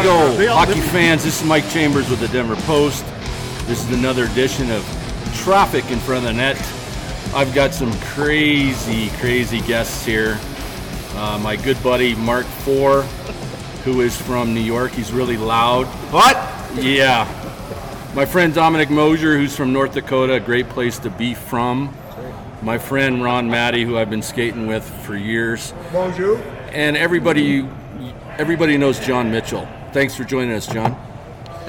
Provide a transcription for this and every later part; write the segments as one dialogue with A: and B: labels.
A: Hockey fans, this is Mike Chambers with the Denver Post. This is another edition of Traffic in Front of the Net. I've got some crazy, crazy guests here. Uh, my good buddy Mark Four, who is from New York, he's really loud.
B: What?
A: Yeah. My friend Dominic Mosier, who's from North Dakota, a great place to be from. My friend Ron Matty, who I've been skating with for years.
B: Bonjour.
A: And everybody everybody knows John Mitchell. Thanks for joining us, John.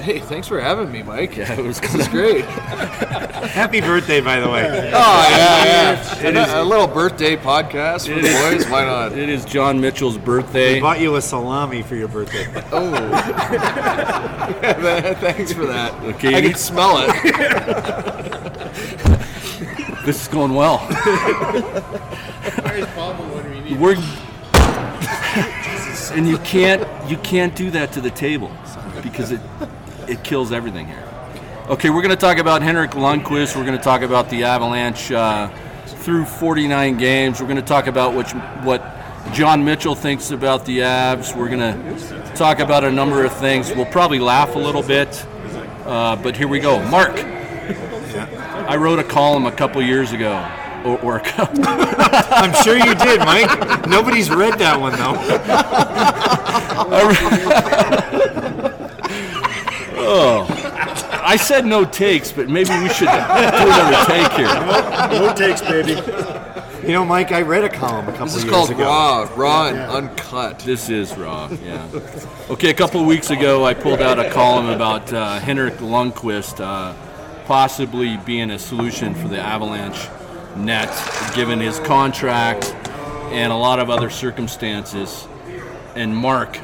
C: Hey, thanks for having me, Mike.
A: Yeah, it was kind of
C: Great.
B: Happy birthday, by the way.
C: Oh yeah, yeah. And a, a little birthday podcast for the boys. Why not?
A: It is John Mitchell's
B: I
A: birthday.
B: bought you a salami for your birthday.
C: Oh, thanks for that.
A: Okay,
C: I
A: you-
C: can smell it.
A: This is going well. We're and you can't you can't do that to the table because it it kills everything here. Okay, we're going to talk about Henrik Lundqvist. We're going to talk about the Avalanche uh, through 49 games. We're going to talk about which what John Mitchell thinks about the Avs. We're going to talk about a number of things. We'll probably laugh a little bit, uh, but here we go. Mark. I wrote a column a couple years ago, or, or a couple,
B: I'm sure you did, Mike. Nobody's read that one though.
A: oh. I said no takes, but maybe we should do another take here.
B: No takes, baby. You know, Mike, I read a column a couple
C: This is
B: years
C: called
B: ago.
C: raw, raw and uncut.
A: This is raw, yeah. Okay, a couple of weeks ago, I pulled out a column about uh, Henrik Lundqvist uh, possibly being a solution for the Avalanche net, given his contract and a lot of other circumstances. And Mark,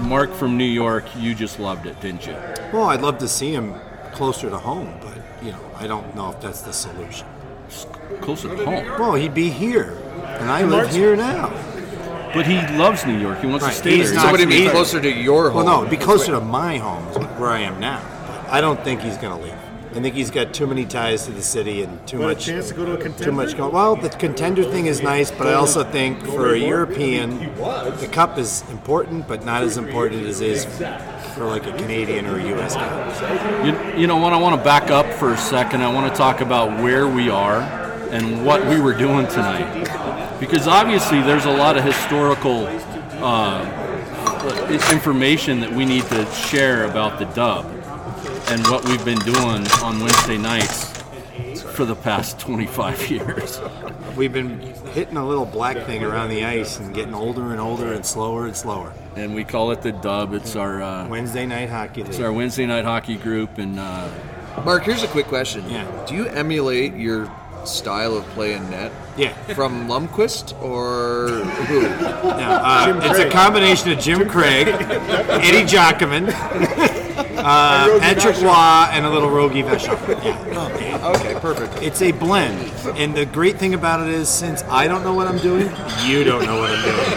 A: Mark from New York, you just loved it, didn't you?
B: Well, I'd love to see him closer to home, but you know, I don't know if that's the solution.
A: Closer to home.
B: Well, he'd be here, and I live here now.
A: But he loves New York. He wants
B: Right,
A: to stay
B: he's
A: there.
B: not-
C: Somebody be
B: Either.
C: closer to your
B: Well,
C: home.
B: Oh, no, it'd be closer to my home, is where I am now. But I don't think he's going to leave. I think he's got too many ties to the city and too
D: Got a
B: much.
D: chance to go to a contender?
B: Too much going. Well, the contender thing is nice, but I also think for a European, the cup is important, but not as important as it is for like a Canadian or a U.S. guy.
A: You, you know what? I want to back up for a second. I want to talk about where we are and what we were doing tonight. Because obviously, there's a lot of historical uh, information that we need to share about the dub and what we've been doing on Wednesday nights for the past 25 years.
B: We've been hitting a little black thing around the ice and getting older and older and slower and slower.
A: And we call it the dub. It's our. Uh,
B: Wednesday night hockey league.
A: it's our Wednesday night hockey group, and uh,
C: Mark, here's a quick question.
B: Yeah.
C: Do you emulate your style of play in net
B: Yeah.
C: from Lumquist or who?
B: Now, uh, it's a combination of Jim Craig, Eddie Jockerman, uh, Patrick Waugh, and a little Rogi Veshov. Yeah.
C: Okay, perfect.
B: It's a blend. And the great thing about it is, since I don't know what I'm doing, you don't know what I'm doing.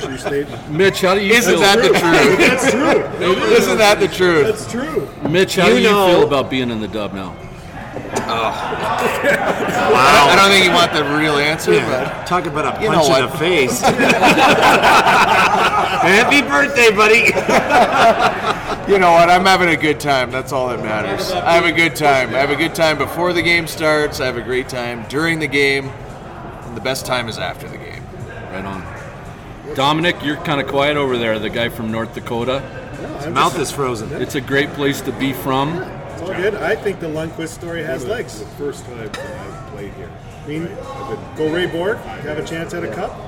D: True statement.
A: Mitch, how do you
C: Isn't
A: feel?
C: that the truth?
D: That's true.
C: Isn't that the truth?
D: That's true.
A: Mitch, how
B: You
A: do you
B: know-
A: feel about being in the dub now?
C: I don't think you want the real answer,
B: Yeah. Talk about a
C: You
B: punch
C: know
B: in
C: what?
B: the face. Happy birthday, buddy.
C: but you know what? I'm having a good time. That's all that matters. I have a good time. I have a good time before the game starts. I have a great time during the game, and the best time is after the game.
A: Right on. Dominic, you're kind of quiet over there, the guy from North Dakota.
B: His mouth is frozen.
A: It's a great place to be from.
D: It's all good. I think the Lundqvist story has legs. The first time that I played here. I mean, go Ray Borg, have a chance at a cup.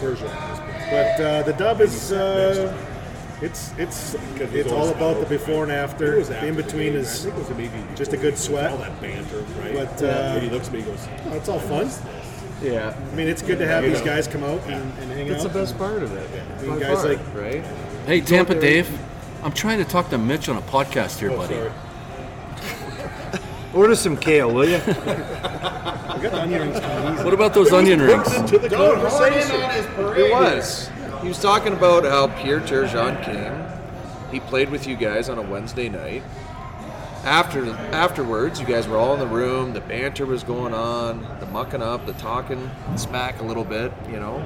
D: But uh, the dub is. Uh, it's it's it's all about the before and after. The in between is just a good sweat. All that banter, right? But uh, he looks at me, goes, oh, "It's all fun."
C: Yeah,
D: I mean, it's good to have these guys come out and, and hang out.
C: part of it.
D: I mean, guys like
C: right?
A: Hey, Tampa Dave, I'm trying to talk to Mitch on a podcast here, buddy.
B: Order some kale, will you?
D: we got the onion rings coming easy.
A: What about those onion rings?
D: To the conversation.
C: It was. He was talking about how Pierre Turgeon came. He played with you guys on a Wednesday night. After afterwards, you guys were all in the room. The banter was going on, the mucking up, the talking smack a little bit. You know,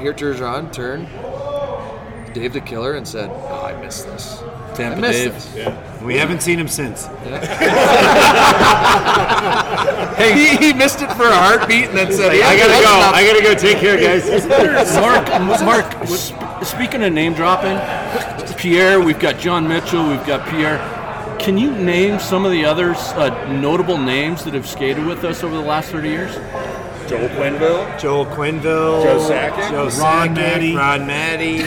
C: Pierre Turgeon turned to Dave the Killer and said, oh, "I miss this."
A: Tampa,
C: I missed
A: Dave.
C: this.
B: We haven't seen him since.
C: Hey, he, he missed it for a heartbeat and then said, yeah,
B: I gotta
C: that's
B: go.
C: not-
B: I gotta go. Take care, guys.
A: Mark, Mark. sp- Speaking of name dropping, Pierre, we've got John Mitchell, we've got Pierre. Can you name some of the other uh, notable names that have skated with us over the last 30 years?
E: Joel Quenville.
B: Joel Quinville.
E: Joe Sakic.
B: Joe
E: Ron
B: Sakic,
F: Mattey.
B: Ron Maddie.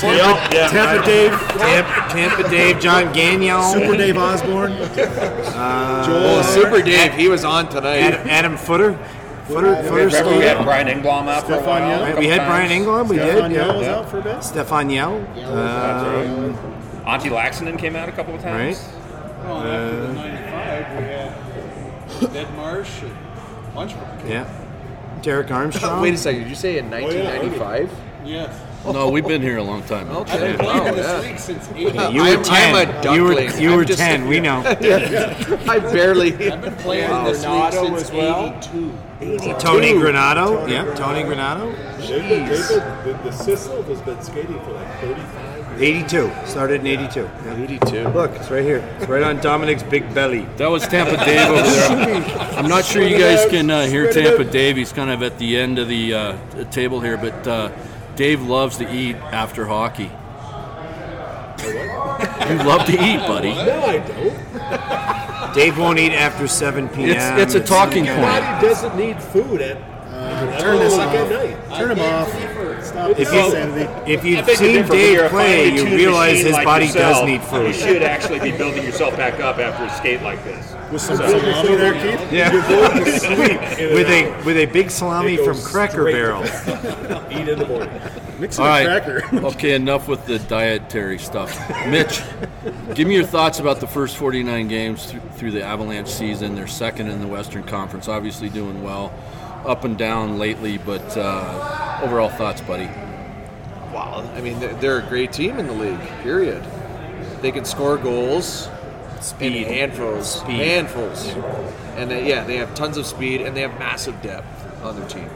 E: Tampa, yeah,
F: Tampa
E: right.
F: Dave,
B: Tampa, Tampa Dave. John Gagnon.
F: Super Dave Osborne.
C: Oh,
D: Uh, Joel,
C: Super Dave, he was on tonight.
B: Adam, Adam Footer. Footer.
E: Remember
B: Footer.
E: we
B: skated.
E: had Brian Engblom out for a
D: Stephon
E: while. a
D: Young.
B: Right,
E: couple
B: we had Brian
E: times.
B: England. We did.
D: Stefan Yell
B: Yeah.
D: was out for a bit.
B: Stefan Yell.
E: That's
B: Uh,
E: right. Auntie Laxinen came out a couple of times.
B: right.
G: Well, after the 95, we had Ned Marsh and Lunchbox.
B: Yeah. Derek Armstrong.
C: Wait a second, did you say in 1995?
G: Yes.
A: No, we've been here a long time.
G: I've been playing in
C: Wow,
G: this
C: yeah.
G: league since 80.
B: Oh, Yeah, you
C: I'm-
B: were 10.
C: I'm a
B: you were,
C: duckling.
B: you
C: I'm
B: were
C: just-
B: 10. We know.
C: I barely.
G: I've been playing in this league
F: Renato
G: since
F: as well.
G: 82.
B: Tony Granado. Yeah. Tony Granado.
D: They've been- they've been- the, the Sisal has been skating for like 35 years.
B: 82. Started in 82. Yeah.
C: 82.
B: Look, it's right here. It's right on Dominic's big belly.
A: That was Tampa Dave over there. I'm not sure you guys can uh, hear Tampa Dave. He's kind of at the end of the uh, table here, but uh, Dave loves to eat after hockey. You love to eat, buddy.
D: No, I don't.
B: Dave won't eat after 7 p.m.
A: it's a talking
B: okay.
A: point.
D: Body doesn't need food at Uh, turn this off. at night.
G: Turn him off.
D: Stop
B: If,
D: insanity.
B: you, if
E: I
B: you've
E: think the
B: seen
E: difference when you're
B: Dave
E: a
B: play,
E: finely
B: you
E: tuned
B: realize
E: machine
B: his
E: like
B: body
E: yourself,
B: does need
E: You
B: food.
E: should actually be building yourself back up after a skate like this.
D: With some salami there, Keith. Yeah. You're going to sleep in
B: With
D: an
B: a with a big salami
D: It goes
B: from Cracker
D: straight.
B: Barrel.
D: hour. eat in the morning. Mix it
A: All right.
D: with cracker.
A: Okay, enough with the dietary stuff. Mitch, give me your thoughts about the first 49 games th- through the Avalanche season. They're second in the Western Conference, obviously doing well, up and down lately, but uh, overall thoughts, buddy.
C: Wow. I mean, they're, they're a great team in the league, period. They can score goals speed. in handfuls. Handfuls. And they, yeah, they have tons of speed and they have massive depth on their team.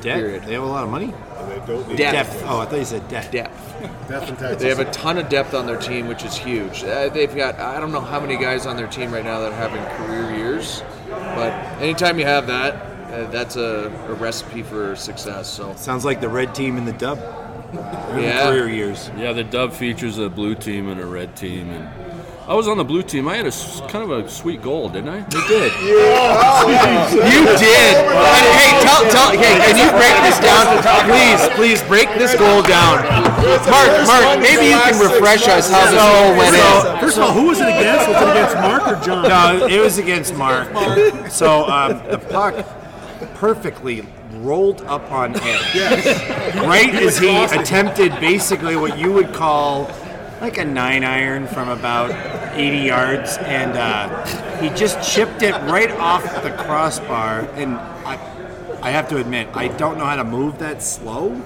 B: Debt.
C: Period.
B: They have a lot of money.
D: And they don't need
C: Depth.
B: Depth. Oh, I thought you said debt.
C: Depth.
D: death and taxes.
C: They have a ton of depth on their team, which is huge. Uh, they've got I don't know how many guys on their team right now that are having career years, but anytime you have that, uh, that's a, a recipe for success. So
B: Sounds like the red team in the dub.
C: Yeah.
B: Career years.
A: Yeah, the dub features a blue team and a red team. and I was on the blue team. I had a s- kind of a sweet goal, didn't I?
B: They did.
C: you did. hey, tell, tell, hey, can you break this down, please? Please break this goal down. Mark, Mark, maybe you can refresh us how this goal went in.
F: First of all, who was it against? Was it against Mark or John?
B: No, it was against Mark. So um, the puck perfectly rolled up on him. Right as he attempted basically what you would call like a nine iron from about 80 yards, and uh, he just chipped it right off the crossbar. And I, I have to admit, I don't know how to move that slow.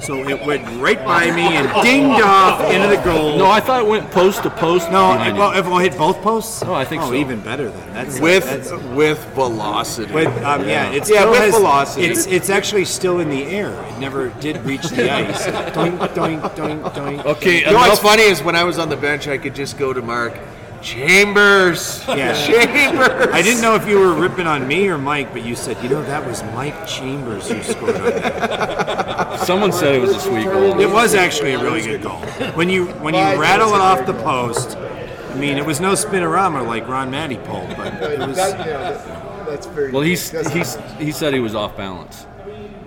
B: So it went right by me and dinged off into the goal.
A: No, I thought it went post to post.
B: No,
A: behind
B: well,
A: you.
B: if we'll hit both posts.
A: Oh, I think
B: oh,
A: so.
B: even better then. That's that's-
C: With with velocity.
B: with um, yeah, it's
C: Yeah,
B: still
C: with
B: has-
C: velocity.
B: It's it's actually still in the air. It never did reach the ice. doink doink doink doink.
A: okay, uh,
C: You know
A: enough,
C: what's funny is when I was on the bench, I could just go to Mark. Chambers,
B: Yeah.
C: Chambers.
B: I didn't know if you were ripping on me or Mike, but you said you know that was Mike Chambers who scored on that.
A: someone said it was a sweet goal.
B: It was actually a really good goal. When you when you rattle it off the post, I mean it was no spinorama like Ron Matty pulled, but it was.
H: That's very.
A: Well, he's, he's, he said he was off balance.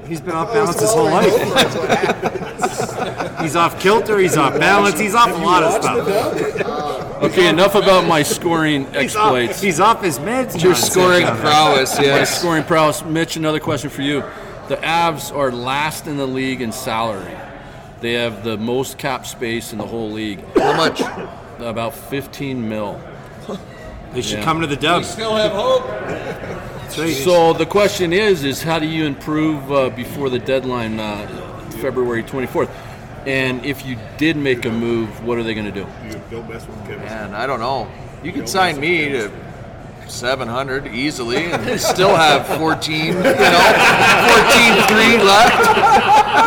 B: He's been off balance his whole life. He's off kilter. He's off balance. He's off a lot of stuff.
A: Okay, enough about my scoring
B: He's off,
A: exploits.
B: he's off his meds.
C: Your
B: John said,
C: scoring
B: John.
C: prowess,
A: My
C: yes.
A: scoring prowess. Mitch, another question for you. The Avs are last in the league in salary. They have the most cap space in the whole league,
C: How much?
A: about 15 mil.
B: They should
A: Yeah.
B: come to the dubs.
G: Still have hope.
A: So the question is, is how do you improve uh, before the deadline, uh, February 24th? And if you did make a move, what are they going to do?
D: You don't mess with chemistry.
C: Man, I don't know. You could sign me to 700 easily and still have 14, you know, 14 3 left.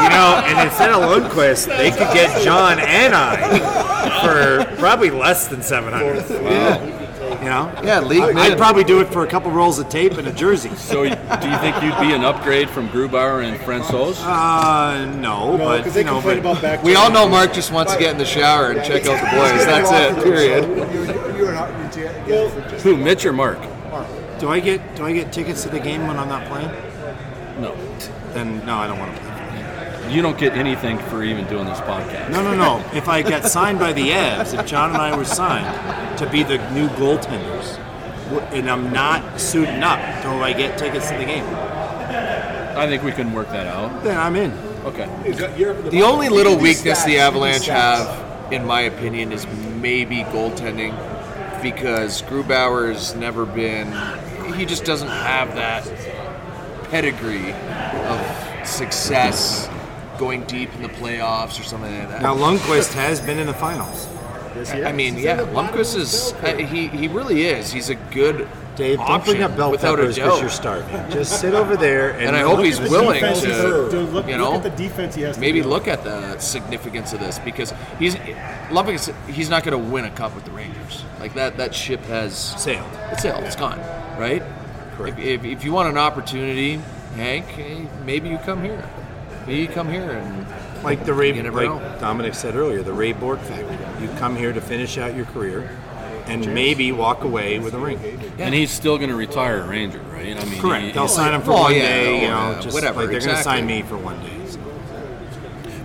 B: You know, and instead of Lundqvist, they could get John and I. for probably less than 700. You know?
C: Yeah, league
B: I'd
C: mid.
B: probably do it for a couple rolls of tape and a jersey.
A: So, y- do you think you'd be an upgrade from Grubauer and Franzos?
B: Uh, no,
D: No,
B: but
D: 'cause they
B: you know,
D: complain
B: but
D: about back.
C: We all know Mark just wants to get in the shower and check out the boys. That's it. Period.
A: Who, Mitch or Mark?
B: do I get do I get tickets to the game when I'm not playing?
A: No.
B: Then no, I don't want to play.
A: You don't get anything for even doing this podcast.
B: No, no, no. if I got signed by the Avs, if John and I were signed to be the new goaltenders, w- and I'm not suiting up, do I get tickets to the game?
A: I think we can work that out.
B: Then I'm in.
A: Okay.
C: The only little weakness the Avalanche have, in my opinion, is maybe goaltending because Grubauer's never been, he just doesn't have that pedigree of success going deep in the playoffs or something like that.
B: Now Lundqvist has been in the finals.
C: I mean, yeah, Lumpkus is, uh, he, he really is. He's a good
B: Dave, don't
C: option
B: bring up bell
C: without a
B: peppers because
C: doubt.
B: you're starving. Just sit over there and,
C: And I hope
B: look
C: he's
B: at the
C: willing
B: defense.
C: to,
D: look, look
C: you know,
D: at the defense he has to
C: Maybe
D: deal
C: look at the significance of this because he's Lumpkus. He's not going to win a cup with the Rangers. Like that, that ship has
B: Sailed.
C: It's sailed. It's gone. Right. Correct. If, if, if you want an opportunity, Hank, eh, maybe you come here. Maybe you come here and
B: Like the Ray,
C: You never
B: like
C: know.
B: Dominic said earlier, the Ray Bork factor. You come here to finish out your career, and maybe walk away with a ring.
A: And he's still going to retire a Ranger, right? I mean,
B: Correct.
A: he-
B: They'll sign him for
C: Oh,
B: one
C: yeah,
B: day. You
C: oh,
B: know,
C: yeah,
B: just
C: whatever,
B: like they're going to
C: exactly.
B: sign me for one day. So.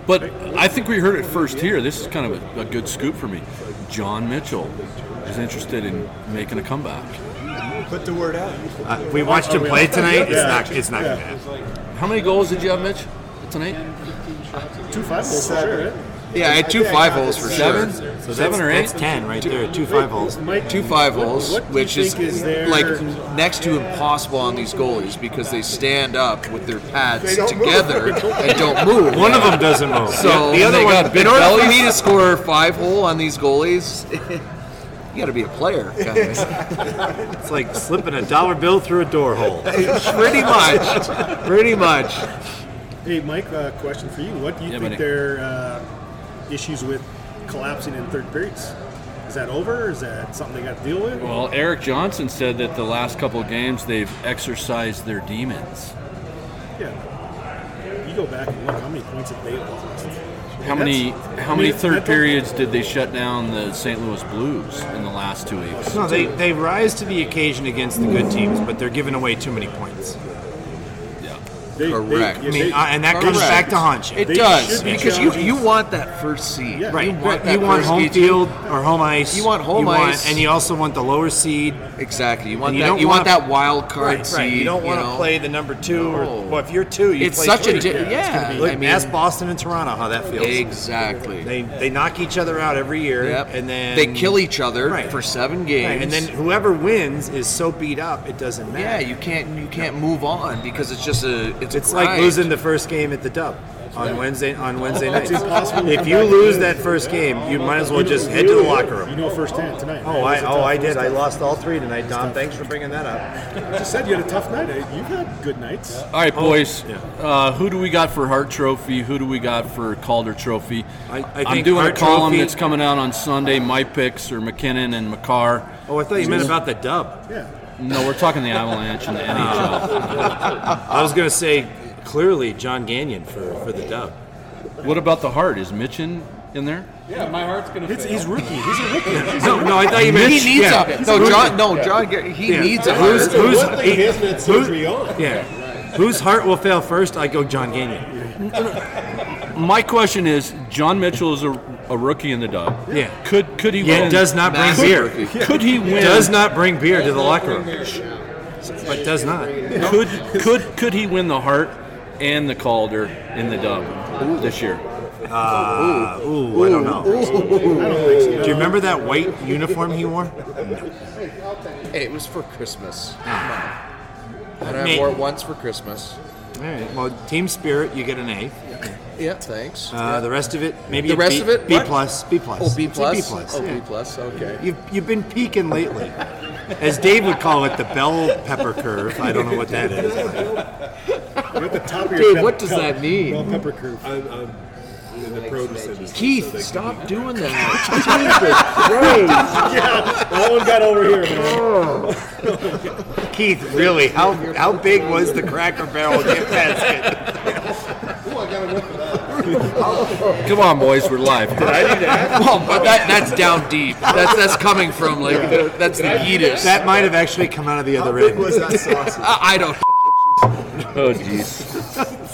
A: but I think we heard it first here. This is kind of a, a good scoop for me. John Mitchell is interested in making a comeback.
F: Put the word out.
B: Uh, we watched him play tonight. It's not. It's not going to happen.
A: How many goals did you have, Mitch, tonight?
D: Two five goals for sure. eh?
C: yeah, I had two five holes for
A: Seven?
C: sure.
B: So
A: Seven
B: that's,
A: or eight?
B: That's ten right there. Two five holes.
D: Mike,
C: Two five
D: what-
C: holes,
D: what do you
C: which is,
D: think their-
C: like next to impossible on these goalies because they stand up with their pads
D: They don't move.
C: together and don't move.
B: One of them doesn't move.
C: So
A: The other
C: they
A: one-
C: got big
A: in
C: in
A: order
C: order
A: for
C: for
A: me
C: me to score five hole on these goalies, you got to be a player, guys.
B: It's like slipping a dollar bill through a door hole.
C: pretty much, pretty much.
D: Hey, Mike, uh, question for you. What do you
A: Yeah,
D: think
A: buddy.
D: their uh, issues with collapsing in third periods? Is that over? Is that something they got to deal with?
A: Well, Eric Johnson said that the last couple of games they've exercised their demons.
D: yeah. You go back and look how many points have they lost.
A: How many how many third periods did they shut down the St. Louis Blues in the last two weeks?
B: No, they, they rise to the occasion against the good teams, but they're giving away too many points.
A: Yeah.
D: They,
C: Correct.
D: They,
B: I
D: yeah,
B: mean,
D: they-
B: uh, and that comes
C: Correct.
B: back to haunt you.
C: It
D: They
C: does
D: should be
C: because you,
D: challenging.
C: you want that first seed.
D: Yeah.
B: Right.
C: You want that
B: you want
C: first
B: home
C: seed.
B: field or home ice.
C: You want home ice.
B: and you also want the lower seed.
C: Exactly. You want
B: And you
C: that.
B: don't
C: You want
B: wanna-
C: that wild card seed.
B: You don't want to
C: know?
B: play the number two.
C: No.
B: Or, well, if you're two, you
C: It's
B: play
C: such a
B: three.
C: di-
B: It's gonna
C: yeah,
B: be- Look,
C: I mean-
B: ask Boston and Toronto how that feels.
C: Exactly.
B: They they knock each other out every year,
C: Yep.
B: and then
C: they kill each other
B: Right.
C: for seven
B: Right,
C: games,
B: and then whoever wins is so beat up it doesn't matter.
C: yeah, you can't you can't move on because it's just a it's, a
B: It's like
C: grind.
B: losing the first game at the Dub on Wednesday on Wednesday night.
D: impossible to
B: If
D: come
B: you
D: back.
B: lose that first game, you might as well just head to the locker room.
D: You know firsthand tonight.
B: Oh,
D: It was
B: I
D: a
B: oh
D: tough-
B: I
D: it was
B: did. I
D: tough.
B: lost all three tonight, Don. Thanks for bringing that up.
D: I just said you had a tough night. eh? You've had good nights.
A: All right, boys.
B: yeah.
A: Uh, who do we got for Hart Trophy? Who do we got for Calder Trophy?
B: I- I
A: am
B: think
A: doing
B: Hart
A: a column
B: Trophy-
A: that's coming out on Sunday. My picks are McKinnon and McCarr.
B: Oh, I thought you meant about the Dub.
D: Yeah.
A: No, we're talking the Avalanche and the NHL.
B: I
C: Uh,
B: was gonna say clearly John Gagnon for for the Dub.
A: What about the Heart? Is Mitchin in there?
G: Yeah, my heart's gonna.
D: It's,
G: fail.
D: he's rookie. He's a rookie.
B: No, no, I thought you meant
C: he needs
B: yeah.
C: a no John no John Gar- he
B: Yeah.
C: needs a
B: Who's,
C: hurt.
B: who's,
F: One thing he hasn't had surgery on.
B: yeah. Whose heart will fail first? I go John Gagnon.
A: My question is: John Mitchell is a, a rookie in the dub.
B: Yeah.
A: Could could he
B: Yeah,
A: win?
B: it does not bring
C: Massive
B: beer.
C: rookie.
A: could he win?
B: Does not bring beer to the locker room. But does not.
A: could could could he win the Hart and the Calder in the dub this year?
B: Uh, Ooh, I don't know. Do you remember that white uniform he wore?
C: Hey, it was for Christmas. Come on. And I
B: Mate.
C: wore it once for Christmas.
B: All right. Well, team spirit, you get an A.
C: Yeah, thanks.
B: Uh, the rest of it, maybe
C: The
B: a
C: rest
B: B-
C: of it,
B: B
C: what?
B: plus, B plus.
C: oh, B
B: It's a
C: plus.
B: B plus.
C: Oh,
B: yeah.
C: B plus. Okay.
B: You've you've been peaking lately, as Dave would call it, the bell pepper curve. I don't know what that is.
D: You're at the top of your
C: Dude,
D: pep-
C: what does
D: pep-
C: that mean?
D: Bell pepper curve.
F: I'm, I'm in the produce industry. so they
C: Keith,
F: could
C: stop
F: eat.
C: doing that.
D: That one got over here, man.
B: Keith, really, how how big was the Cracker Barrel gift basket?
F: Ooh, I got enough of that.
A: Come on, boys, we're live.
C: Well, but that, that's down deep. That's that's coming from like the, that's the Yiddish.
B: That might have actually come out of the
F: How
B: other
F: big
B: end.
F: was that sausage?
C: I I don't.
A: Oh, jeez.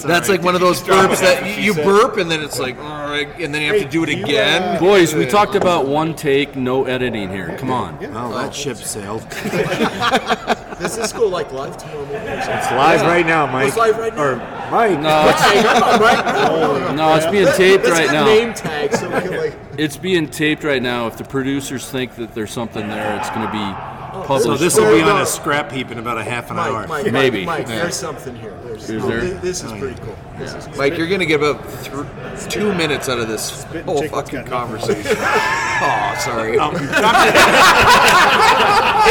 C: That's like one of those burps that y- you burp and then it's like, all right, and then you have to do it
D: Hey, you,
C: again.
D: uh,
A: Boys, we talked about one take, no editing here. Come on.
B: Oh, that ship sailed.
F: Does this go like live tomorrow?
B: It's live right now, Mike.
F: It's live right now.
B: Or Mike.
A: No, it's, no, it's being taped
F: Let's
A: right
F: get
A: now.
F: name tags so we can like.
A: It's being taped right now. If the producers think that there's something there, it's going to be
B: So
A: published.
B: this will be
F: There you
B: on
F: go.
B: a scrap heap in about a half an hour.
F: Mike, Mike,
A: Maybe.
F: Mike, Mike
A: Yeah.
F: there's something here. There's,
A: Is there?
F: This, this is pretty cool. This is cool.
C: Mike, you're gonna get about th- two minutes out of this
D: Spitting
C: whole
D: chicken's
C: fucking
D: got
C: conversation. oh, sorry.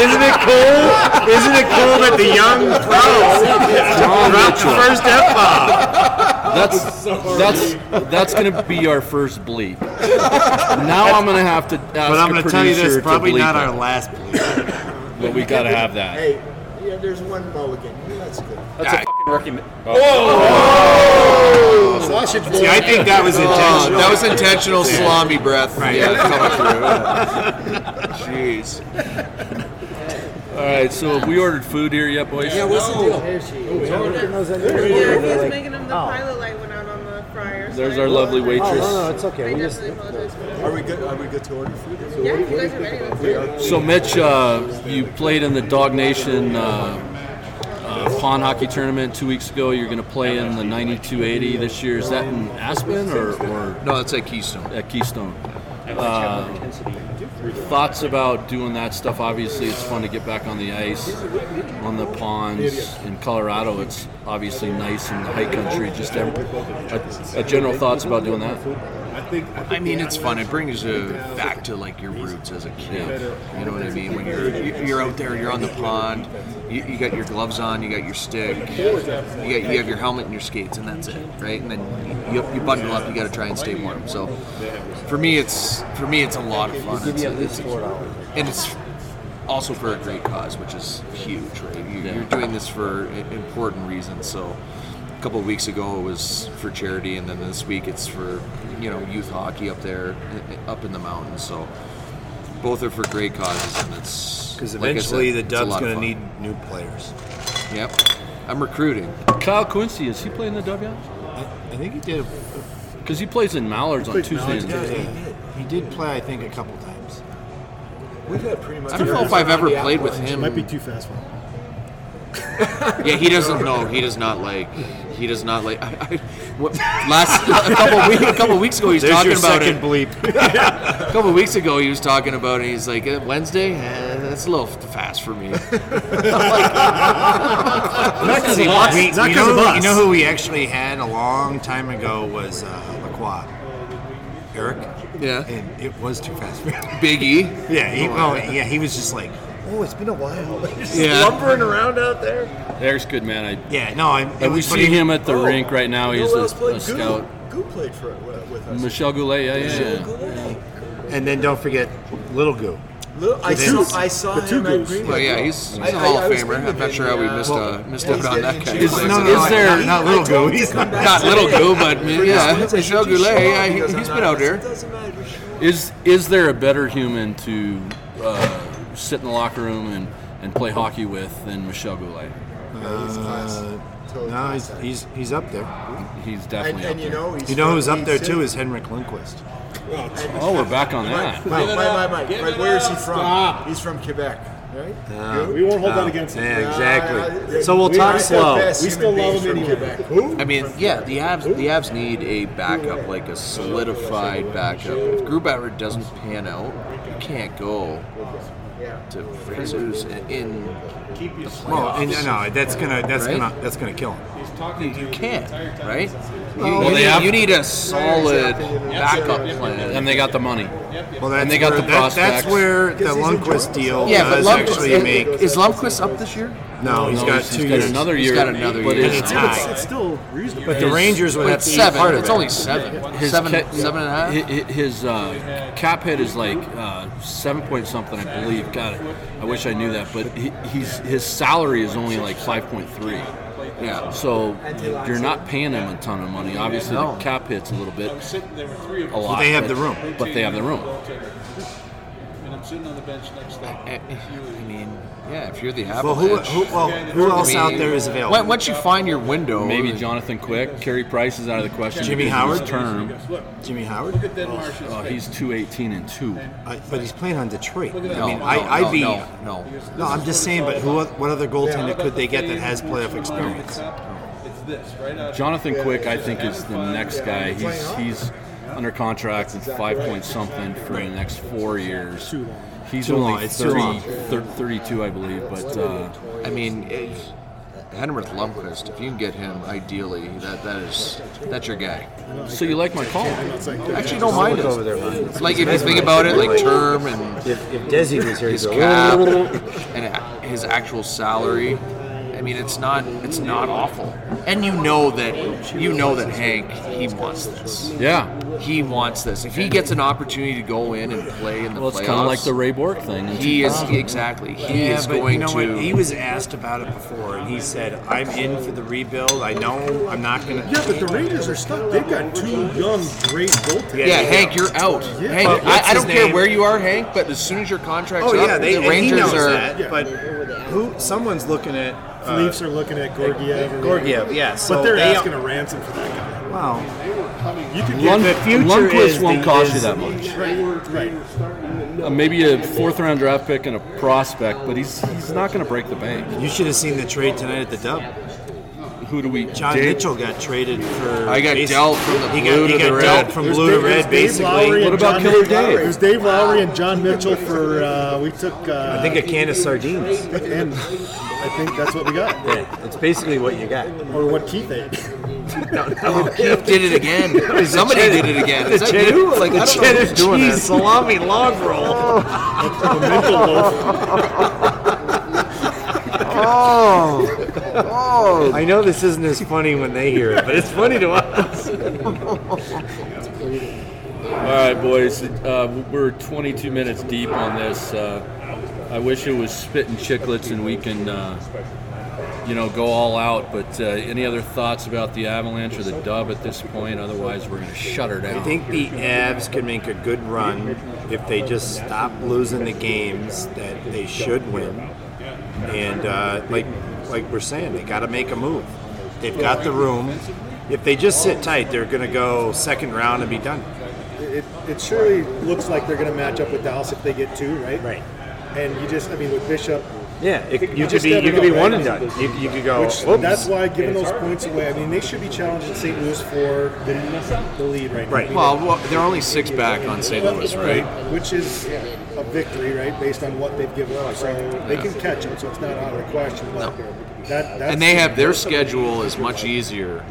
B: Isn't it cool? Isn't it cool that the young pro dropped the first F bomb?
A: that's that's that's going to be our first bleep. Now I'm going to have to ask
B: But I'm
A: going to
B: going to tell you this: probably
A: bleep
B: not
A: it.
B: our last. Bleep.
A: But we got to have that.
F: Hey, yeah, there's one mulligan. That's good.
E: That's a fucking rookie. mi-
F: Sausage
B: See, I think that was
C: Oh,
B: intentional.
C: that was intentional salami breath.
B: Right.
C: Yeah, coming through. Jeez.
A: All right, so have we ordered food here yet, boys? Yeah,
F: What's the deal?
H: Yeah, oh. he was making them the pilot light went out on the fryer. so
A: There's
H: I-
A: our lovely
H: Oh,
A: waitress.
I: it's okay.
H: I definitely apologize for that.
F: Are we good? Are we good to order food?
H: Yeah, if you guys are ready. let's do it.
A: So Mitch, uh, you played in the Dog Nation uh, uh, pond hockey tournament two weeks ago. You're going to play in the 9280 this year. Is that in Aspen or, or
C: No, that's at Keystone.
A: at Keystone? Uh, thoughts about doing that stuff? Obviously, it's fun to get back on the ice, on the ponds. In Colorado, it's obviously nice in the high country. Just a, a, a general thoughts about doing that.
C: I mean, it's fun. It brings you back to like your roots as a kid. You know what I mean? When you're you- you're out there, you're on the pond. You, you got your gloves on. You got your stick. You got you have your helmet and your skates, and that's it, right? And then you, you bundle up. You got to try and stay warm. So, for me, it's for me, it's a lot of fun. It's, it's, and it's also for a great cause, which is huge, right? You, You're doing this for i- important reasons. So, a couple of weeks ago it was for charity, and then this week it's for you know youth hockey up there, i- i- up in the mountains. So, both are for great causes, and it's
B: Because
C: like I
B: eventually
C: said,
B: the
C: it's a
B: Dubs
C: lot of
B: going to need
C: fun.
B: new players.
C: Yep, I'm recruiting.
A: Kyle Quincy, is he playing the W?
B: I think he did.
A: Because he plays in Mallards on Tuesdays. and Thursdays.
B: He did play, I think, a couple times.
F: We've had pretty much.
C: I don't know if I've ever played with him.
D: Might be too fast for him.
C: Yeah, he doesn't know. He does not like. He does not like. I, I, what, last a couple week, a couple weeks ago, he was
B: There's
C: talking
B: your
C: about
B: second
C: it.
B: bleep.
C: A couple weeks ago, he was talking about it. He's like, "Eh, Wednesday, eh, that's a little f- fast for me.
B: Not because
C: of us.
B: We,
C: It's
B: not
C: not
B: you,
C: 'cause
B: know,
C: of
B: who-
C: us.
B: you know who we actually had a long time ago was uh, Lacroix. Eric.
C: Yeah,
B: And it was too fast for him.
C: Biggie.
B: yeah, he, well, yeah, he was just like,
F: Oh, it's been a while. Just
C: Yeah.
F: lumbering around out there.
A: There's good man. I
B: yeah, no, I, it
A: And we
B: was, but
A: see
B: he-
A: him at the
F: Oh,
A: rink right now.
F: you know
A: He's
F: who else
A: a,
F: played?
A: a
F: Goo.
A: scout.
F: Goo played for with us.
A: Michelle Goulet, yeah, yeah, yeah.
B: And then don't forget Little Goo.
F: Little, I,
B: two-
F: saw, I saw
D: the two
F: him at
D: goos.
F: Green
C: Well,
F: Bay.
C: yeah, he's, he's
F: I-
C: a
F: I-
C: Hall
F: I
C: of
F: was
C: Famer. I'm
F: thinking,
C: not sure how we
F: uh,
C: missed uh, missed
F: he's
C: out on that
F: getting
C: guy.
F: into- Is-
B: no,
C: Not-
B: no,
A: there-
B: not, not Little Goo. He's not
C: not little goo, but I mean, yeah,
F: Wednesday,
C: Michel
F: should you
C: Goulet.
F: show up?
C: Yeah, he,
F: Because
C: he's
F: I'm
C: been
F: not-
C: out
F: It
C: there.
F: doesn't matter. show up.
A: Is is there a better human to uh, sit in the locker room and, and play hockey with than Michelle Goulet?
B: Uh, no, he's, he's he's up there.
A: He's
F: And,
A: definitely
F: and
A: up
F: you
A: there.
F: know, he's
B: You know who's up
F: he's
B: there
F: in-
B: too is Henrik Lindquist.
A: oh, we're back on
F: Mike,
A: that.
F: Mike,
G: it
F: Mike,
G: up.
F: Mike,
G: Give
F: Mike,
G: it
F: where is he
G: up.
F: from?
G: Stop.
F: He's from Quebec, right?
D: We won't hold that against him.
B: Uh, Yeah,
F: Uh,
B: exactly.
F: yeah,
B: So we'll
F: we are
B: talk
F: the
B: slow.
F: best
D: We
F: human
D: still love
F: beings
D: him
F: from
D: anyway.
F: Quebec.
C: I mean, yeah, the Avs the Avs need a backup, like a solidified backup. If Grubauer doesn't pan out, you can't go to Fraser's in the
B: Well, and,
C: playoffs.
B: no, that's gonna that's
C: Oh, Right?
B: gonna that's gonna kill him.
C: You can't, right? You,
A: Well,
C: you
A: they
C: need,
A: have-
C: you need a solid backup plan.
A: And they got the money.
B: Well, that's
A: And they got
B: where,
A: the
B: that, That's
A: prospects.
B: where the
F: he's
B: Lundqvist
F: enjoying
B: deal
C: Yeah, but
B: does
C: Lundqvist
B: actually
C: is,
B: make.
C: is Lundqvist up this year?
B: No, he's got
A: he's
B: two
A: got
B: years.
A: another
C: He's
A: year,
C: got another
A: but
C: year.
A: his-
C: And it's
B: high.
D: It's, it's still reasonable.
B: But the Rangers would
C: Wait,
B: have to
C: seven.
B: be part of
C: it's
B: it.
C: only seven.
A: his
C: seven,
A: ca-
C: seven and a half.
A: hi- hi- His uh, cap hit is like uh, seven point something, I believe. God, I wish I knew that. But he, he's his salary is only like five point three.
C: yeah.
A: So you're not paying him a ton of money. Obviously,
C: No.
A: the cap hits a little bit,
G: I'm sitting, there were three of
A: a
G: us.
A: lot.
B: they have
A: but-
B: the room.
A: but they have the room.
G: And I'm sitting on the bench next to
C: I
G: him.
C: mean, yeah. If you're the Apple
B: Well, who,
C: Edge,
B: who, well, who else out there is available?
C: Once- Once you find your window,
A: Maybe Jonathan Quick, Carey Price is out of the question.
B: Jimmy
A: because of his
B: Howard?
A: term.
G: Look,
B: Jimmy
G: look
B: Howard?
G: at that Marsh's
A: Oh,
G: face.
A: he's two eighteen and two.
B: Uh, but he's playing on Detroit.
C: No,
B: I mean,
C: no,
B: I, I'd
C: no,
B: be.
C: no, no.
B: No, I'm just saying, but who? what other goaltender could they get that has playoff experience?
G: It's this, right out
A: Jonathan Quick, I think, is the next guy. He's he's under contract at five point something for the next four years. He's
B: Too long.
A: only
B: It's too long.
A: 30, thir- 32, I believe. But uh,
C: I mean, it's- Henrik Lundqvist. If you can get him, ideally, that that is that's your guy.
A: so you like my call?
C: Actually, don't mind it.
I: over there, man.
C: It's Like if you think about it, like term and
I: If, if Desi was here, he'd
C: his
I: go,
C: cap and a- his actual salary. I mean, it's not it's not awful. And you know that you know that Hank he wants this.
A: Yeah.
C: He wants this. If he gets an opportunity to go in and play in the
A: Well, it's
C: playoffs,
A: kind of like the Ray Bork thing.
C: he is exactly he
B: Yeah,
C: is
B: but
C: going
B: you know
C: to.
B: what? He was asked about it before, and he said, "I'm in for the rebuild. I know I'm not gonna."
D: Yeah, but the Rangers are stuck. They've got two young, great goaltenders.
B: Yeah,
C: yeah,
B: yeah.
C: Hank, you're out. Hank,
B: But what's
C: I, I
B: his
C: don't care
B: name?
C: where you are, Hank, but as soon as your contract's
B: Oh
C: up,
B: yeah, they,
C: the
B: and he
C: Rangers
B: knows
C: are.
B: that. But who? Someone's looking at
D: The
B: uh,
D: Leafs are looking at Gorgiev. or-
B: Gorgiev. Yeah, so
D: but they're
B: they-
D: asking a ransom for that guy.
B: Wow.
D: You could
A: Lund-
B: the future is
A: Lundqvist
B: the-
A: won't cost you
B: is-
A: that much.
D: right, right.
A: Uh, maybe a fourth round draft pick and a prospect, but he's he's not going to break the bank.
B: You should have seen the trade tonight at the Dub.
A: Who do we?
B: John
A: Dave-
B: Mitchell got traded for.
C: I got
B: basi-
C: dealt from the
B: he
C: blue
B: got, he
C: to the
B: got
C: red.
B: dealt from
D: There's
B: blue
D: Dave-
B: to
D: there's
B: red,
D: Dave Lowry
B: basically.
A: What
D: and
A: about
D: John
A: Killer
D: Mitchell.
A: Dave?
D: There's Dave Lowry and John Mitchell for uh, we took. Uh,
B: I think a can of sardines.
D: and I think that's what we got,
I: it's basically what you got.
D: or what Keith ate.
C: Oh, Keith did it again. Somebody did it again. Is that you? Like, I don't know who's doing
B: cheese
C: this.
B: salami log roll.
D: A mental loaf.
C: Oh.
B: I know this isn't as funny when they hear it, but it's funny to us.
A: All right, boys. Uh, we're 22 minutes deep on this. Uh, I wish it was spit and chiclets, and we can, uh, you know, go all out. But uh, any other thoughts about the Avalanche or the Dub at this point? Otherwise, we're going to shut her
B: I
A: down.
B: think the Abs could make a good run if they just stop losing the games that they should win. And uh, like like we're saying, they got to make a move. They've got the room. If they just sit tight, they're going to go second round and be done.
D: It, it surely looks like they're going to match up with Dallas if they get two, right?
B: Right.
D: And you just, I mean, with Bishop,
B: Yeah, it, you, could
D: just
B: be you
D: never
B: could be
D: know,
B: one
D: right?
B: and done. You, you could go.
D: which
B: Oh, "Whoops."
D: that's why giving those points away. I mean, they should be challenging St. Louis for the, the lead right now.
B: Right.
C: Well, well, they're only six back on St. Louis, right?
D: Which is a victory, right? Based on what they've given up, so they can catch them. So it's not out of the question. But that, that's
C: And they have their schedule is much easier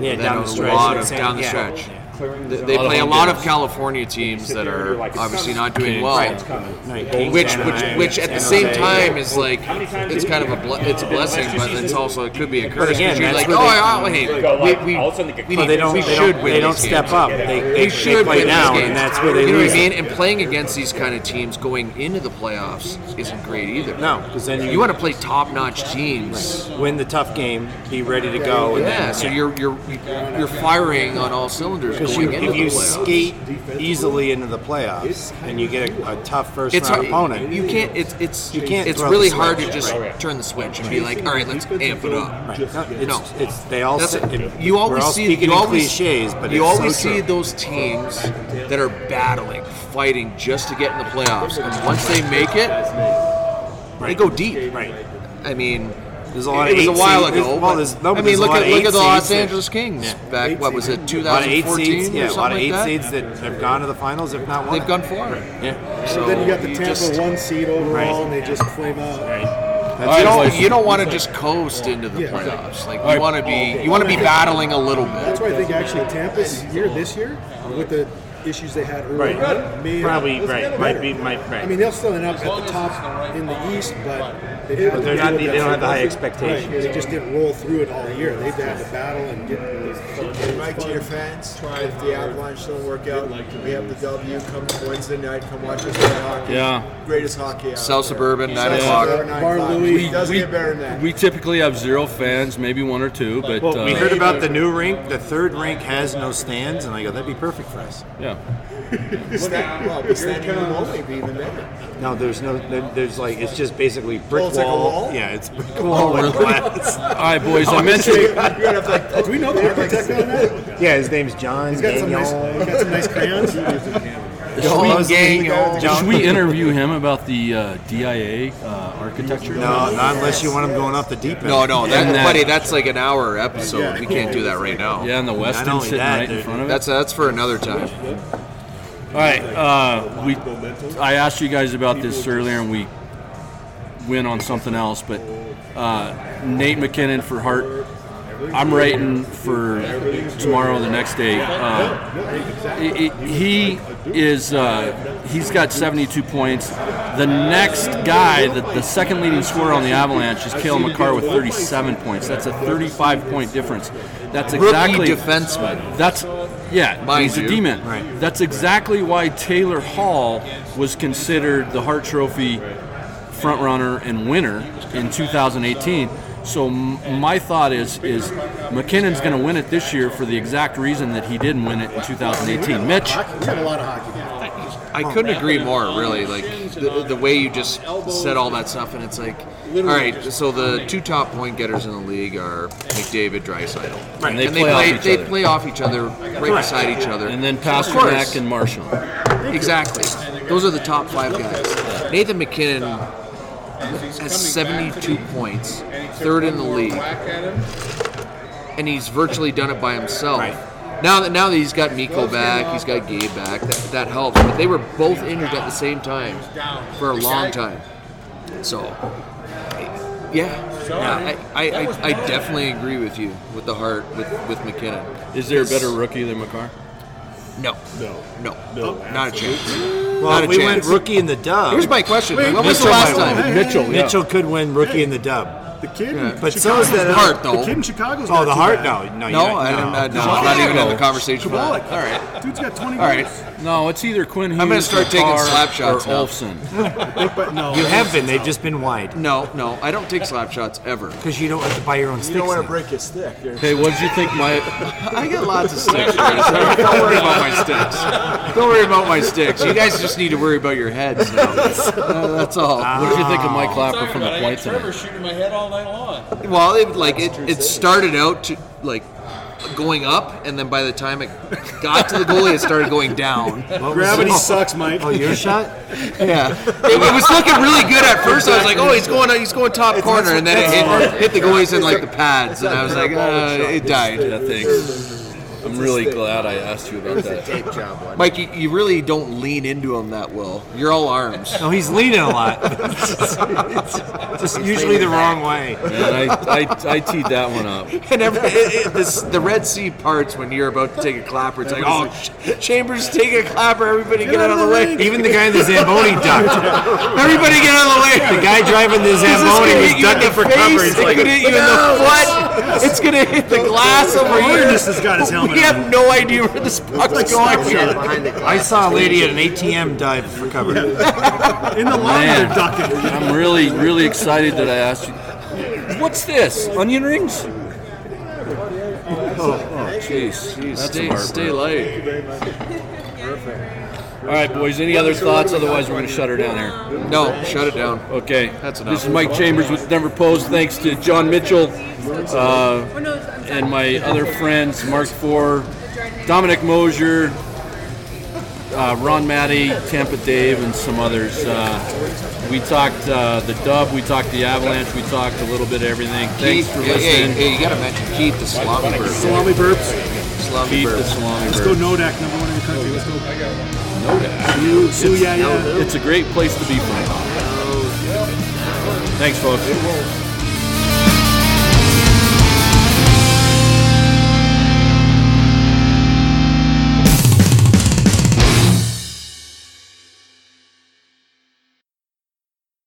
B: yeah,
C: than
B: down
C: a
B: the stretch.
C: lot
B: that's
C: of
B: it.
C: down the
B: Yeah.
C: stretch. They, they play a lot of California teams that are obviously not doing well,
B: Right,
C: which
B: San
C: which
B: Jose,
C: which at the
B: San
C: same
B: Jose.
C: time is like it's kind of a ble- it's a blessing, but it's also it could be a curse.
B: again,
C: Because you're
B: that's
C: like,
B: where
C: oh,
B: they-
C: I, I, hey, we, we,
E: all of a sudden they get
C: we
B: But
C: need-
B: they don't.
C: we
B: they
C: should
B: don't,
C: win.
B: they don't
C: these
B: step
C: games.
B: up. They, they,
C: They should
B: play
C: win
B: now,
C: these games.
B: and that's where they
C: you know
B: lose.
C: what I mean. And playing against these kind of teams going into the playoffs isn't great either.
B: No, because then you,
C: you want to play top-notch teams.
B: win the tough game, be ready to go. and
C: Yeah,
B: then-
C: so you're you're you're firing on all cylinders
B: Because
C: going
B: you-
C: into
B: if you
C: the playoffs.
B: skate easily into the playoffs and you get a, a tough first
C: it's
B: round
C: hard,
B: opponent,
C: you can't. It's it's
B: You can't
C: it's
B: throw
C: really
B: the
C: hard to
B: switch.
C: just turn the switch and be like, all right, let's amp it up.
B: Right. No, it's,
C: No.
B: it's they all.
C: That's
B: say-
C: it. You always
B: we're all
C: see
B: speaking
C: you
B: in
C: always
B: cliches, but
C: you
B: it's
C: always
B: so
C: see
B: true.
C: those teams that are battling, fighting just to get in the playoffs. And once they make it, they go deep.
B: Right.
C: I mean,
B: There's a lot
C: it
B: of
C: was a
B: eight
C: while
B: seed-
C: ago.
B: there's- well,
C: but-
B: there's- no,
C: I
B: but
C: mean,
B: there's a
C: look
B: lot
C: at
B: of
C: look
B: eight
C: at the Los
B: seeds that-
C: Angeles Kings
B: Yeah.
C: back. What was it?
B: A lot of eight
C: 2014
B: seeds. Yeah,
C: or
B: a lot
C: something
B: of eight
C: like
B: seeds
C: that.
B: that have gone to the finals, if not one.
C: They've gone for it.
B: Yeah.
C: So
D: Then you got the Tampa
C: just-
D: one seed overall,
B: Right.
D: and they just flame out.
B: That's
C: you
B: it.
C: don't, you don't want to just coast into the playoffs. Like you want to be you want to be battling a little bit.
D: That's why I think actually Tampa's here this year with the issues they had earlier.
B: Right.
D: May
B: Probably, right, might be- might- right.
D: I mean, they'll still end up at the top in the East, but
I: But they're not- they don't have the high expectations.
D: Right, They just didn't roll through it all year. They'd had to battle and get.
F: Good night to your fans. If the Avalanche don't work out, we have the W. Come Wednesday night. Come watch us play hockey.
A: Yeah.
F: Greatest hockey. out
C: South
F: there.
C: Suburban, nine
F: South
C: o'clock.
F: Suburban, nine
D: Bar
F: o'clock.
D: Louie.
F: Doesn't get better than that.
A: We typically have zero fans, maybe one or two, but
B: Well, we
A: uh,
B: heard about the new rink. The third rink has no stands, and I go, that'd be perfect for us.
A: uh, yeah,
F: Sta- well, but standing room only be even better.
B: No, there's no, there- there's like, it's just basically brick
F: Oh, it's like a wall?
B: Yeah, it's brick
D: Oh,
B: wall with glass.
A: All right, boys. I mentioned
F: You're gonna have like
D: Do we know the architect on that?
B: Yeah, his name's John
D: He's got some nice,
B: Gagnon.
D: he's got some nice crayons.
B: John
A: Should
B: Gagnon.
A: we interview him about the uh, DIA uh, architecture?
B: No, not unless you want him going off the deep end.
C: No, no, that,
A: And that-
C: buddy, that's like an hour episode. We can't do that right now.
A: Yeah, in the West
B: Not
A: End,
B: only
A: sitting
B: that,
A: right in
B: dude.
A: front of it.
C: That's that's for another time.
A: All right, uh, we. I asked you guys about this earlier, and we went on something else. But uh, Nate McKinnon for Hart. I'm rating for tomorrow, the next day. Uh, he he is. Uh, he's got 72 points. The next guy, the, the second leading scorer on the Avalanche, is Kale McCarr with 37 points. That's a 35 point difference. That's exactly
C: Rookie defenseman.
A: that's yeah,
C: Mind
A: he's a
C: you.
A: D-man.
B: Right.
A: That's exactly why Taylor Hall was considered the Hart Trophy front runner and winner in 2018. So m- my thought is is McKinnon's going to win it this year for the exact reason that he didn't win it in 2018. Mitch,
D: We got a lot of hockey.
C: I couldn't agree more. Really, like the, the way you just said all that stuff, and it's like, all right. So the two top point getters in the league are McDavid, Drysaitel,
A: Right, and they
C: and they
A: play off
C: play
A: each
C: they
A: other.
C: play off each other right beside each other,
A: and then
C: Of course.
A: Pasternak and Marshall.
C: Exactly. Those are the top five guys. Nathan McKinnon has 72 points, third in the league, and he's virtually done it by himself. Now that now that he's got Miko back, he's got Gabe back, that, that helps. But they were both injured at the same time for a long time. So, yeah, yeah, I, I, I, I definitely agree with you with the heart with, with McKinnon.
A: Is there a better rookie than McCarr?
C: No,
D: No.
C: no, not a chance. Not
B: Well,
C: a
B: we went
C: chance.
B: rookie in the dub.
C: Here's my question.
B: Wait,
C: when was the
B: Mitchell
C: last
B: might win.
C: time?
A: Mitchell, yeah.
B: Mitchell could win rookie in the dub.
D: The kid, in
B: But so is
D: Chicago's
B: that-
D: not-
C: Hart, though.
D: The kid in Chicago's
B: Oh,
D: not
B: the
D: too
B: heart?
D: bad.
B: No, no,
C: No,
B: you're
C: I
B: no.
C: don't, I, no, I'm not even in the conversation. for that.
D: Kowalik.
C: All right,
D: Dude's got 20
C: all right.
D: goals.
A: No, it's either Quinn Hughes,
C: I'm gonna start taking
A: McCarr,
C: slap shots
A: or
C: now.
A: Olsen.
D: But no.
B: You have been. They've just been wide
C: No, no, I don't take slap shots ever.
B: because you don't have to buy your own
F: you
B: sticks.
F: don't want
B: now.
F: to break your stick. You're
A: Hey, what'd you think, Mike?
C: I get lots of sticks. Right? So don't worry about my sticks. Don't worry about my sticks. You guys just need to worry about your heads. Now. Uh, that's all.
A: What'd you think of Mike Clapper
G: Talking
A: from the
G: about it, I
A: point
G: got Trevor
A: tonight?
G: shooting my head all night long.
C: Well, it, like it, it started out to like going up, and then by the time it got to the goalie, it started going down.
B: What was
D: Gravity
B: it?
D: sucks, Mike.
B: Oh, your shot?
C: Yeah, it, it was looking really good at first. I was like, "Oh, he's going, he's going top corner," and then it hit, hit the goalies in like the pads, and I was like, uh, "It died."
A: Yeah, thanks. I'm really glad I asked you about that.
F: tape job one.
C: Mike, you, you really don't lean into him that well. You're all arms.
B: No, he's leaning a lot. it's just usually the wrong way.
A: Man, I, I, I teed that one up.
C: And every, it, it, this, the Red Sea parts when you're about to take a clapper. It's like, oh, Ch- Chambers taking a clapper. Everybody get out of the way.
B: Even the guy in the Zamboni ducked.
C: Everybody get out of the way.
B: The guy driving the
C: This is gonna
B: Zamboni
C: hit
B: was
C: you in the
B: ducking for
C: face,
B: cover. He's
C: It's gonna
B: like,
C: hit you in the foot. It's gonna hit the glass over here.
D: Ernest has got his helmet
C: We
D: on.
C: have no idea where this puck's going.
F: Yeah, behind the
B: I
F: glass.
B: saw a lady at an ATM dive for cover.
D: In the line,
A: Man.
D: they're ducking.
A: I'm really, really excited that I asked you. What's this? Onion rings? Oh, jeez. That's a
C: Stay,
A: barber.
C: stay light.
A: All right, boys, any other thoughts? Otherwise, we're going to shut her down here.
C: No, shut it down.
A: Okay.
C: That's enough.
A: This is Mike Chambers with Denver Post. Thanks to John Mitchell uh,
H: Or no, I'm sorry.
A: and my other friends, Mark Four, Dominic Mosier, uh, Ron Matty, Tampa Dave, and some others. Uh, we talked uh, the dub, we talked the avalanche, we talked a little bit of everything. Thanks
C: Keith,
A: for
C: hey,
A: listening.
C: Hey, hey, you gotta mention Keith the salami bird.
D: Salami burps.
C: Salami
A: Keith the
C: bird.
A: salami
D: Let's go
A: bird.
D: Nodak, number one in the country. Let's go. Nodak. Sue, yeah, yeah.
A: It's a great place to be from. Thanks, folks.
F: It won't.